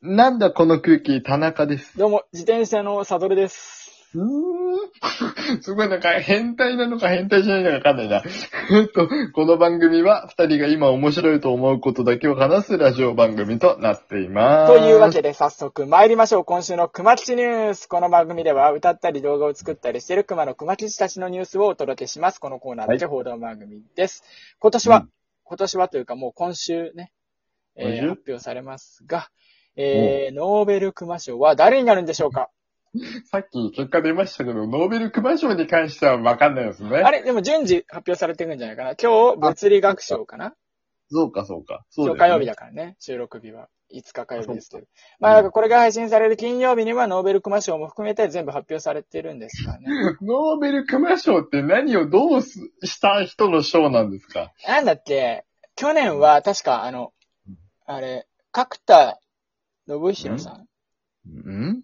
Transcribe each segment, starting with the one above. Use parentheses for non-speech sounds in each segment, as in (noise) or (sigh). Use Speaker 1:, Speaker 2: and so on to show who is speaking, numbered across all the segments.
Speaker 1: なんだこの空気、田中です。
Speaker 2: どうも、自転車のサドルです。
Speaker 1: うーん。すごいなんか変態なのか変態じゃないのかわかんないな。えっと、この番組は二人が今面白いと思うことだけを話すラジオ番組となっています。
Speaker 2: というわけで早速参りましょう。今週の熊吉ニュース。この番組では歌ったり動画を作ったりしている熊の熊吉たちのニュースをお届けします。このコーナーだけ報道番組です。今年は、
Speaker 1: うん
Speaker 2: 今年はというかもう今週ね、えー
Speaker 1: 今週
Speaker 2: 発表されますが、えー、ノーベル熊賞は誰になるんでしょうか
Speaker 1: さっき結果出ましたけど、ノーベル熊賞に関してはわかんないですね。
Speaker 2: あれでも順次発表されていくんじゃないかな今日、物理学賞かな
Speaker 1: そうかそうか。そう
Speaker 2: 今
Speaker 1: だよ
Speaker 2: 日
Speaker 1: ね
Speaker 2: 火曜日だからね、収録日は。5日火曜日ですけど。まあ、
Speaker 1: うん
Speaker 2: なんかこれが配信される金曜日にはノーベルクマ賞も含めて全部発表されてるんで
Speaker 1: (laughs)
Speaker 2: すからね。
Speaker 1: ノーベル熊賞って何をどうすした人の賞なんですか
Speaker 2: なんだっけ、去年は確かあの、あれ、角田信弘さん。
Speaker 1: うん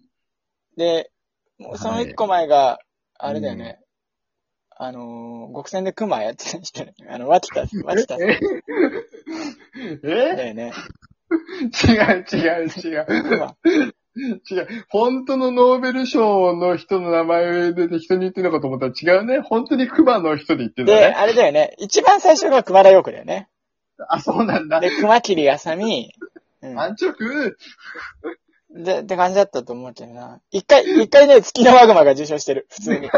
Speaker 2: で、もうその一個前が、あれだよね。あのー、極戦で熊やってた人ね。あの、脇田、脇田さん
Speaker 1: え (laughs)
Speaker 2: だ
Speaker 1: え
Speaker 2: よね。
Speaker 1: 違う違う違う。
Speaker 2: 熊。
Speaker 1: 違う。本当のノーベル賞の人の名前で適当に言ってるのかと思ったら違うね。本当に熊の人で言ってるの
Speaker 2: で、
Speaker 1: ね。
Speaker 2: あれだよね。一番最初が熊田陽子だよね。
Speaker 1: あ、そうなんだ。
Speaker 2: で、熊切あさみ。うん
Speaker 1: 安直。
Speaker 2: で、って感じだったと思うけどな。一回、一回ね、月のマグマが受賞してる。普通に。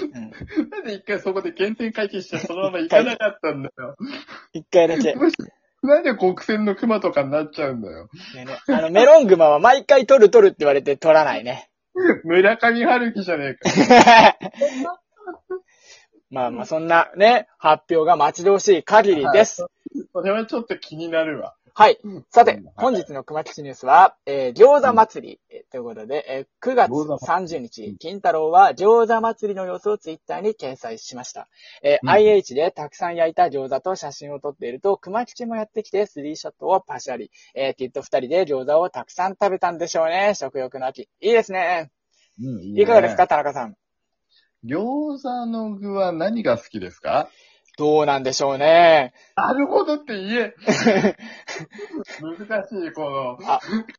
Speaker 2: うん
Speaker 1: なんで一回そこで原点回帰してそのまま行かなかったんだよ。
Speaker 2: 一回だけ。
Speaker 1: なんで国選の熊とかになっちゃうんだよ。
Speaker 2: でねあの、メロングマは毎回取る取るって言われて取らないね。
Speaker 1: 村上春樹じゃねえか。
Speaker 2: まあまあ、そんなね、発表が待ち遠しい限りです。
Speaker 1: それはちょっと気になるわ。
Speaker 2: はい。さて、
Speaker 1: はい
Speaker 2: 本日の熊吉ニュースは、えー餃子祭り、えーということで、えー9月
Speaker 1: 餃子
Speaker 2: 30日、金太郎は餃子祭りの様子をツイッターに掲載しました。えー
Speaker 1: うん
Speaker 2: IH でたくさん焼いた餃子と写真を撮っていると、熊吉もやってきてスリーショットをパシャリ。えーきっと二人で餃子をたくさん食べたんでしょうね。食欲の秋。いいですね。
Speaker 1: うんい
Speaker 2: いかがですか、田中さん。
Speaker 1: 餃子の具は何が好きですか
Speaker 2: どうなんでしょうね。
Speaker 1: なるほどって言
Speaker 2: (laughs)
Speaker 1: え。難しい、この。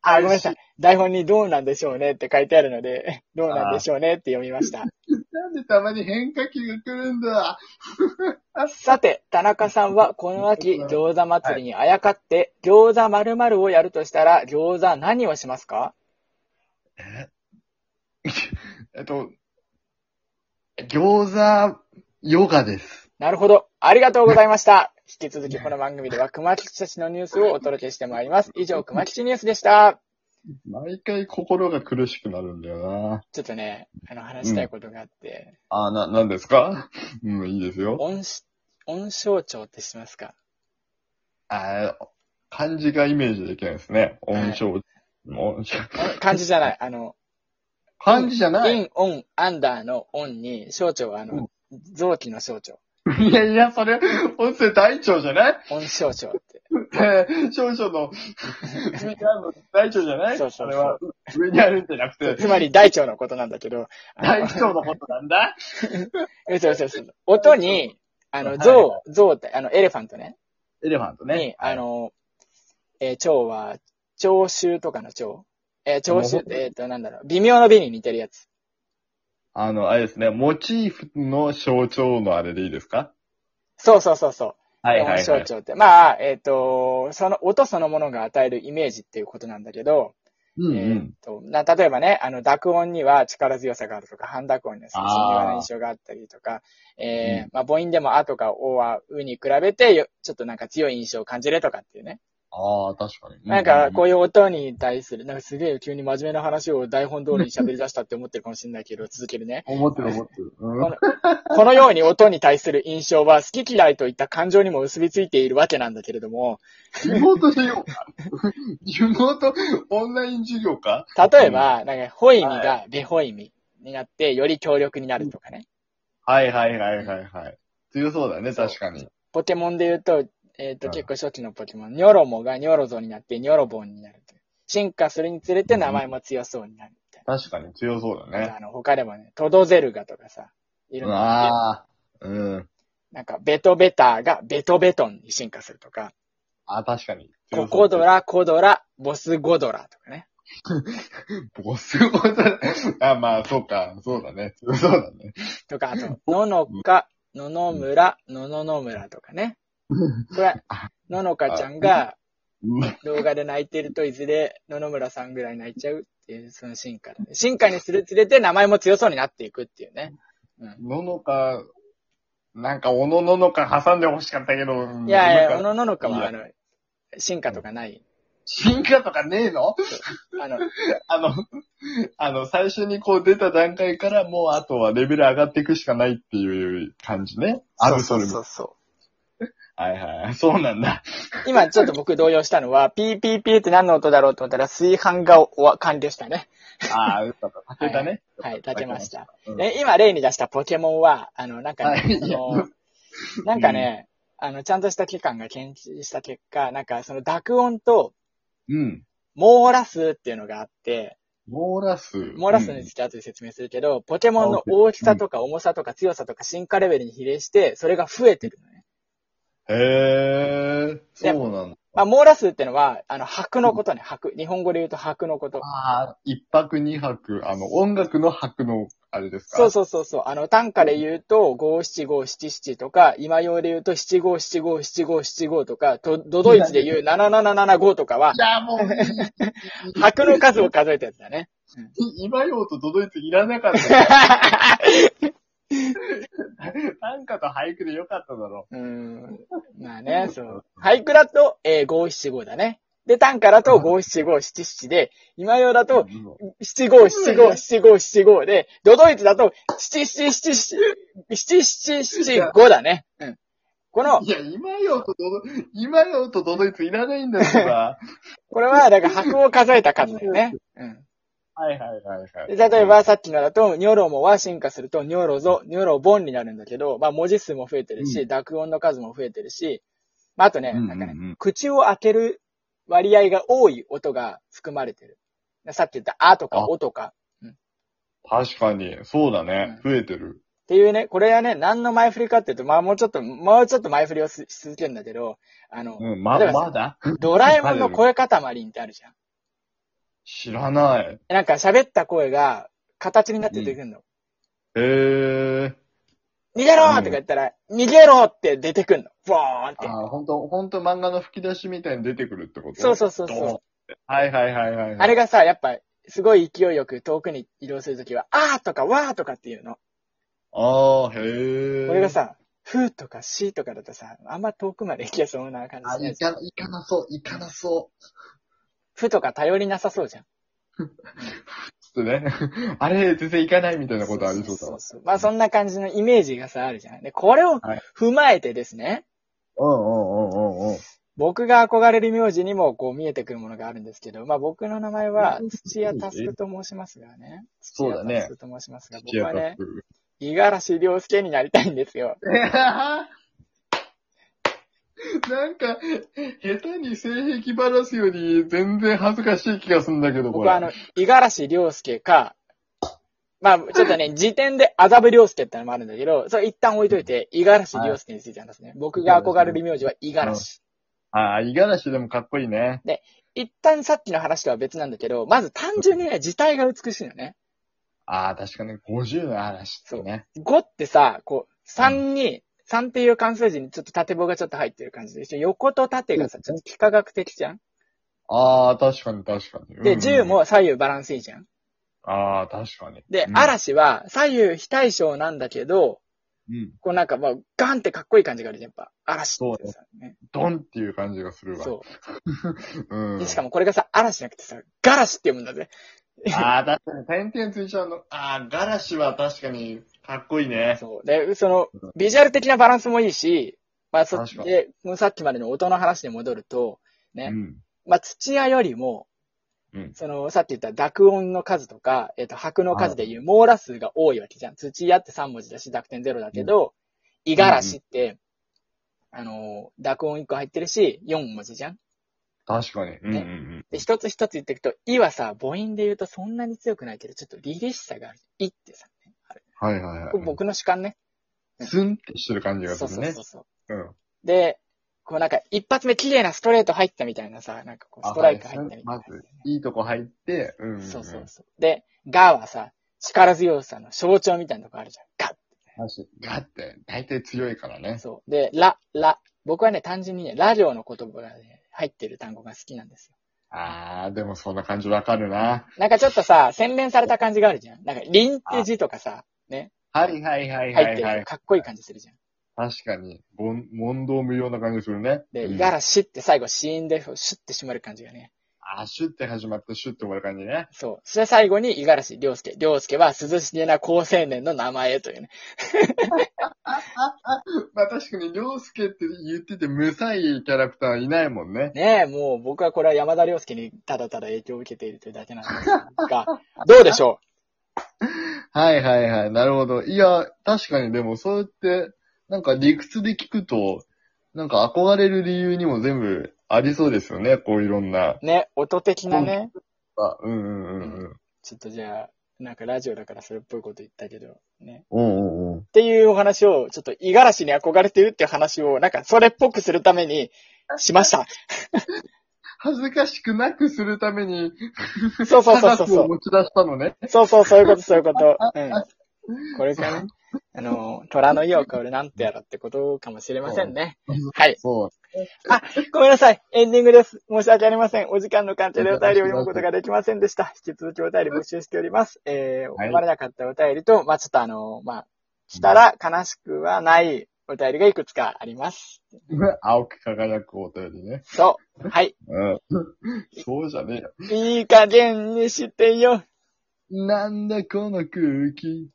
Speaker 2: あ、ごめんなさい。台本にどうなんでしょうねって書いてあるので、どうなんでしょうねって読みました。
Speaker 1: なんでたまに変化球が来るんだ。
Speaker 2: さて、田中さんはこの秋、餃子祭りにあやかって、餃子〇〇をやるとしたら、餃子何をしますか
Speaker 1: えっと、餃子、ヨガです。
Speaker 2: なるほど。ありがとうございました。引き続きこの番組では熊吉たちのニュースをお届けしてまいります。以上、熊吉ニュースでした。
Speaker 1: 毎回心が苦しくなるんだよな。
Speaker 2: ちょっとね、あの、話したいことがあって、
Speaker 1: あ、な、なんですかうん、いいですよ。
Speaker 2: 音し、音象徴ってしますか
Speaker 1: あ漢字がイメージできないですね。音章。音章
Speaker 2: あ漢字じゃない。あの、
Speaker 1: 漢字じゃない。
Speaker 2: イン、オン、アンダーのオンに、象徴はあの、臓器の象徴。
Speaker 1: いやいや、それ、音声大腸じゃない
Speaker 2: 音象徴って。
Speaker 1: えー (laughs) 少々の、上にあるの大腸じゃない
Speaker 2: そうそうそう
Speaker 1: れは、上にあるんじゃな (laughs) くて、
Speaker 2: つまり大腸のことなんだけど、あの
Speaker 1: 大腸のことなんだ。
Speaker 2: 嘘嘘嘘。音に、あ
Speaker 1: は
Speaker 2: の、
Speaker 1: い
Speaker 2: 象、象って、あの、エレファントね。
Speaker 1: エレファント
Speaker 2: に
Speaker 1: ね、。
Speaker 2: あの、えー蝶は、聴衆とかの蝶。えー聴衆って、えっ、と、なんだろう、微妙の美に似てるやつ。
Speaker 1: あの、あれですね、モチーフの象徴のあれでいいですか
Speaker 2: そうそうそうそう。
Speaker 1: は
Speaker 2: 音象徴って。まあ、えっ、と、その音そのものが与えるイメージっていうことなんだけど、
Speaker 1: うんう
Speaker 2: えー
Speaker 1: ん。
Speaker 2: とな例えばね、あの、濁音には力強さがあるとか、半濁音には神妙な印象があったりとか、えーまあ、母音でもあとかおはうに比べてよ、ちょっとなんか強い印象を感じるとかっていうね。
Speaker 1: ああ、確かに。
Speaker 2: なんか、こ
Speaker 1: う
Speaker 2: ういう音に対する、なんかすげえ急に真面目な話を台本通りに喋り出したって思ってるかもしれないけど、続けるね。
Speaker 1: うん。思ってる思ってる。うん
Speaker 2: このこのように音に対する印象は好き嫌いといった感情にも結びついているわけなんだけれども、
Speaker 1: リモート授業か。リモート、オンライン授業か
Speaker 2: 例えば、なんか、ホイミがベホイミになって、より強力になるとかね。
Speaker 1: はいはいはいはいはい。強そうだね、確かに。
Speaker 2: ポケモンで言うと、えっ、と、
Speaker 1: はい
Speaker 2: 結構初期のポケモン、ニョロモがニョロゾになって、ニョロボンになるという。進化するにつれて名前も強そうになるみたい
Speaker 1: 確かに強そうだ
Speaker 2: な。
Speaker 1: ね。
Speaker 2: あとあの、他でもね、トドゼルガとかさ、いろんな。
Speaker 1: ああ、うん。
Speaker 2: なんか、ベトベターがベトベトンに進化するとか、
Speaker 1: あ、確かに。
Speaker 2: ココ
Speaker 1: (laughs)
Speaker 2: ド。ラ、コドラ、ボスゴドラとかね。
Speaker 1: ボスゴドラ。あ、まあ、そうか。そうだね。そうだね。
Speaker 2: とか、あと、ののか、ののむら、のののむらとかね。これ
Speaker 1: あ、
Speaker 2: ののかちゃんが
Speaker 1: うん
Speaker 2: 動画で泣いてると、いずれ、ののむらさんぐらい泣いちゃうっていう、その進化だね。進化にするつれて、名前も強そうになっていくっていうね。
Speaker 1: ののか、なんか、おのののか挟んで欲しかったけど。
Speaker 2: いやい
Speaker 1: な
Speaker 2: や、
Speaker 1: ん
Speaker 2: お
Speaker 1: か
Speaker 2: のののかは、あ
Speaker 1: い
Speaker 2: の、進化とかない。
Speaker 1: 進化とかねえの (laughs)
Speaker 2: あの、
Speaker 1: あの、 (laughs) あの、最初にこう出た段階からもうあとはレベル上がっていくしかないっていう感じね。アルソル
Speaker 2: そ
Speaker 1: も。
Speaker 2: うそ
Speaker 1: はいはい。そうなんだ。
Speaker 2: う。今ちょっと僕動揺したのは、ピーピーピーって何の音だろうと思ったら、炊飯がおわ完了したね。
Speaker 1: ああ、よかった。立てたね。
Speaker 2: はい、立てました。
Speaker 1: うん
Speaker 2: え、今例に出したポケモンは、あの、なんか
Speaker 1: は
Speaker 2: ね
Speaker 1: い、
Speaker 2: そ
Speaker 1: い (laughs) や
Speaker 2: の、なんかね、あの、ちゃんとした機関が検知した結果、なんかその濁音と
Speaker 1: うん。
Speaker 2: 網羅数っていうのがあって、
Speaker 1: モーラス。
Speaker 2: 網羅数について後で説明するけど、ポケモンの大きさとか重さとか強さとか進化レベルに比例して、それが増えてるのね。
Speaker 1: うんへえ、そうなんだ。
Speaker 2: まあ、網羅数ってのは、あの、白のことね、白。日本語で言うと白のこと。
Speaker 1: ああ、一泊二泊、あの、音楽の拍の、あれですか
Speaker 2: そうそうそうそう。あの、短歌で言うと、五七五七七とか、今用で言うと、七五七五七五七五とか、と、都々市で言う七七七五とかは、
Speaker 1: だ、もう、
Speaker 2: 白の数を数えたやつだね。
Speaker 1: 今ようと届い (laughs) ていらなかったよ。短歌と俳句でよかっただろ
Speaker 2: うーん。まあね、そう。俳句だと、えー、五七五だね。で、短歌だと五七五七七で、今用だ
Speaker 1: う。
Speaker 2: と、七五七五七五七五で、ドドイツだと、七七七七、七七七五だね。うん。この、
Speaker 1: いや、今ようと届い、今ようと届いていらないんだよ、そ
Speaker 2: (laughs)
Speaker 1: ら
Speaker 2: これは、だから白を数えた数だよね。うん。
Speaker 1: はいはいはいはい。
Speaker 2: で例えば、、さっきのだと、ニョロモは進化すると、ニョロゾ、ニョロボンになるんだけど、まあ、文字数も増えてるし、
Speaker 1: う
Speaker 2: 濁音の数も増えてるし、まあ、あとね、
Speaker 1: うんうんう
Speaker 2: なんんかね、口を開ける割合が多い音が含まれてる。さっき言った、あとか、
Speaker 1: あ
Speaker 2: おとか。
Speaker 1: 確かに、そうだね。増えてる。
Speaker 2: っていうね、これはね、何の前振りかっていうと、まあ、もうちょっと、もうちょっと前振りをすし続けるんだけど、あの、
Speaker 1: うん、ま、
Speaker 2: 例えば
Speaker 1: まだ
Speaker 2: ドラえもんの声塊ってあるじゃん。
Speaker 1: 知らない。
Speaker 2: なんか喋った声が、形になって出てくるの。
Speaker 1: へえ。
Speaker 2: 逃げろーとか言ったら、逃げろって出てくんの。ボーンって。
Speaker 1: ああ、ほんと、ほんと漫画の吹き出しみたいに出てくるってこと
Speaker 2: そうそうそうそう
Speaker 1: ドンってはいはいはいはい。
Speaker 2: あれがさ、やっぱ、すごい勢いよく遠くに移動するときは、あーとかわーとかっていうの。
Speaker 1: ああ、へえ。
Speaker 2: 俺が、さ、ふーとかしーとかだとさ、あんま遠くまで行けそうな感
Speaker 1: あ、
Speaker 2: じ
Speaker 1: い
Speaker 2: で。
Speaker 1: か、いかなそう、いかなそ
Speaker 2: ふとか頼りなさそうじゃん。
Speaker 1: う。ちょっとね。 (laughs) あれ、全然いかないみたいなことありそうだ
Speaker 2: そう
Speaker 1: わ。
Speaker 2: そうまあそんな感じのイメージがさ、あるじゃん。で、これを
Speaker 1: はい
Speaker 2: 踏まえてですね、
Speaker 1: うんうんうんうんうん。
Speaker 2: 僕が憧れる名字にもこう見えてくるものがあるんですけど、まあ僕の名前は土屋タスクと申しますがね。
Speaker 1: そうだね
Speaker 2: 土屋タスクと申しますが、
Speaker 1: 土
Speaker 2: 僕
Speaker 1: 屋
Speaker 2: は
Speaker 1: タッ
Speaker 2: ね、
Speaker 1: プ。
Speaker 2: 五十嵐良介になりたいんですよ。
Speaker 1: (laughs) なんか、下手に性癖ばらすより全然恥ずかしい気がするんだけど、こ
Speaker 2: 僕
Speaker 1: れ。
Speaker 2: はあの、五十嵐良介か、まあ、ちょっとね、時点で麻布良介ってのもあるんだけど、それ一旦置いといて、五十嵐良介について話すね。僕が憧れる名字は五十嵐。
Speaker 1: ああ、五十嵐でもかっこいいね。
Speaker 2: 一旦さっきの話とは別なんだけど、まず単純にね、字体が美しいのね。
Speaker 1: ああ、確かに50の嵐ってね。
Speaker 2: 5ってさ、こう、3に、3っていう関数字にちょっと縦棒がちょっと入ってる感じでしょ。横と縦がさ、ちょっと幾何学的じゃん
Speaker 1: ああ、確かに確かに。
Speaker 2: で、
Speaker 1: うん
Speaker 2: 10。も左右バランスいいじゃん
Speaker 1: ああ、確かに。
Speaker 2: で
Speaker 1: う、ん
Speaker 2: 嵐は左右非対称なんだけど、
Speaker 1: うん。
Speaker 2: こうなんか、まあ、ガンってかっこいい感じがあるじゃん、やっぱ。嵐ってさ、ね。
Speaker 1: ドンっていう感じがするわ。。
Speaker 2: そうう。
Speaker 1: ん。
Speaker 2: でしかもこれがさ、嵐じゃなくてさ、ガラシって読むんだぜ。
Speaker 1: ああ、確かに、点々ついちゃうの。ああ、ガラシは確かに、かっこいいね。
Speaker 2: そう。で、その、ビジュアル的なバランスもいいし、まあ、そっ
Speaker 1: 確かに
Speaker 2: で、もうさっきまでの音の話に戻ると、ね
Speaker 1: ん。
Speaker 2: まあ、土屋よりも、
Speaker 1: うん
Speaker 2: その、さっき言った濁音の数とか、えっ、と、白の数でいう網羅数が多いわけじゃん。土屋って3文字だし、濁点0だけど、五十嵐って、あの、濁音1個入ってるし、4文字じゃん。
Speaker 1: 確かに。うんうんうん。
Speaker 2: で、一つ一つ言っていくと、いはさ、母音で言うとそんなに強くないけど、ちょっと凛々しさがある。いってさ、あれ
Speaker 1: はいはいはい。
Speaker 2: これ僕の主観ね。
Speaker 1: スンってしてる感じが
Speaker 2: そう
Speaker 1: す
Speaker 2: そ
Speaker 1: る
Speaker 2: う
Speaker 1: ね
Speaker 2: そう。そう。
Speaker 1: うん。
Speaker 2: で、こうなんか一発目綺麗なストレート入ったみたいなさ、なんかこうストライク入ったみたい
Speaker 1: ま
Speaker 2: な。
Speaker 1: ず、いいとこ入って、うん、
Speaker 2: そうそうそう。で、ガーはさ、力強さの象徴みたいなとこあるじゃん。ガッ
Speaker 1: マジガって、大体強いからね。
Speaker 2: そう。で、ラ、ラ。僕はね、単純にね、ラ行の言葉がね、入ってる単語が好きなんですよ。
Speaker 1: あー、でもそんな感じわかるな。
Speaker 2: なんかちょっとさ、洗練された感じがあるじゃん。なんか、リンって字とかさ、ね、
Speaker 1: はいはいはいは
Speaker 2: 入っ
Speaker 1: い、
Speaker 2: て
Speaker 1: は
Speaker 2: ると
Speaker 1: い。
Speaker 2: かっこいい感じするじゃん。
Speaker 1: 確かに、ぼん問答無用な感じするね。
Speaker 2: で、
Speaker 1: うん
Speaker 2: イガラシって最後、シーンでシュッて締まる感じがね。
Speaker 1: あ、シュッて始まって、シュッて終わる感じね。
Speaker 2: そう。そして最後に、イガラシ、りょうすけ。りょうすけは、涼しげな高青年の名前というね。
Speaker 1: まあ確かに、りょうすけって言ってて、むさいキャラクターいないもんね。
Speaker 2: ねえ、もう僕はこれは山田りょうすけにただただ影響を受けているというだけなんですが、どうでしょ
Speaker 1: はいはいはい、なるほど。いや、確かにでもそうやって、なんか理屈で聞くと、なんか憧れる理由にも全部ありそうですよね、こういろんな。
Speaker 2: うね、音的なね。
Speaker 1: あうんうんうんうん。
Speaker 2: ちょっとじゃあ、なんかラジオだからそれっぽいこと言ったけど、ね。
Speaker 1: うんうんうん。
Speaker 2: っていうお話を、ちょっと、五十嵐に憧れてるっていう話を、なんか、それっぽくするために、しました。
Speaker 1: 恥ずかしくなくするために、
Speaker 2: そうそうそうそう
Speaker 1: 話
Speaker 2: そ
Speaker 1: を
Speaker 2: う。
Speaker 1: 持ち出したのね。
Speaker 2: そうそう、そういうこと、そういう (laughs) こと。うん。これからね、あの、虎の家を買うなんてやらってことかもしれませんね。はい。
Speaker 1: そう。
Speaker 2: ごめんなさい。エンディングです。申し訳ありません。お時間の関係でお便りを読むことができませんでした。引き続きお便り募集しております。えー、
Speaker 1: はい
Speaker 2: 終われなかったお便りと、まあ、ちょっとあの、まあ、来たら悲しくはないお便りがいくつかあります。
Speaker 1: (laughs) 青く輝くお便りね。
Speaker 2: そう。はい。
Speaker 1: うん。 (laughs) そうじゃねえよ。
Speaker 2: いい加減にしてよ。
Speaker 1: なんだこの空気。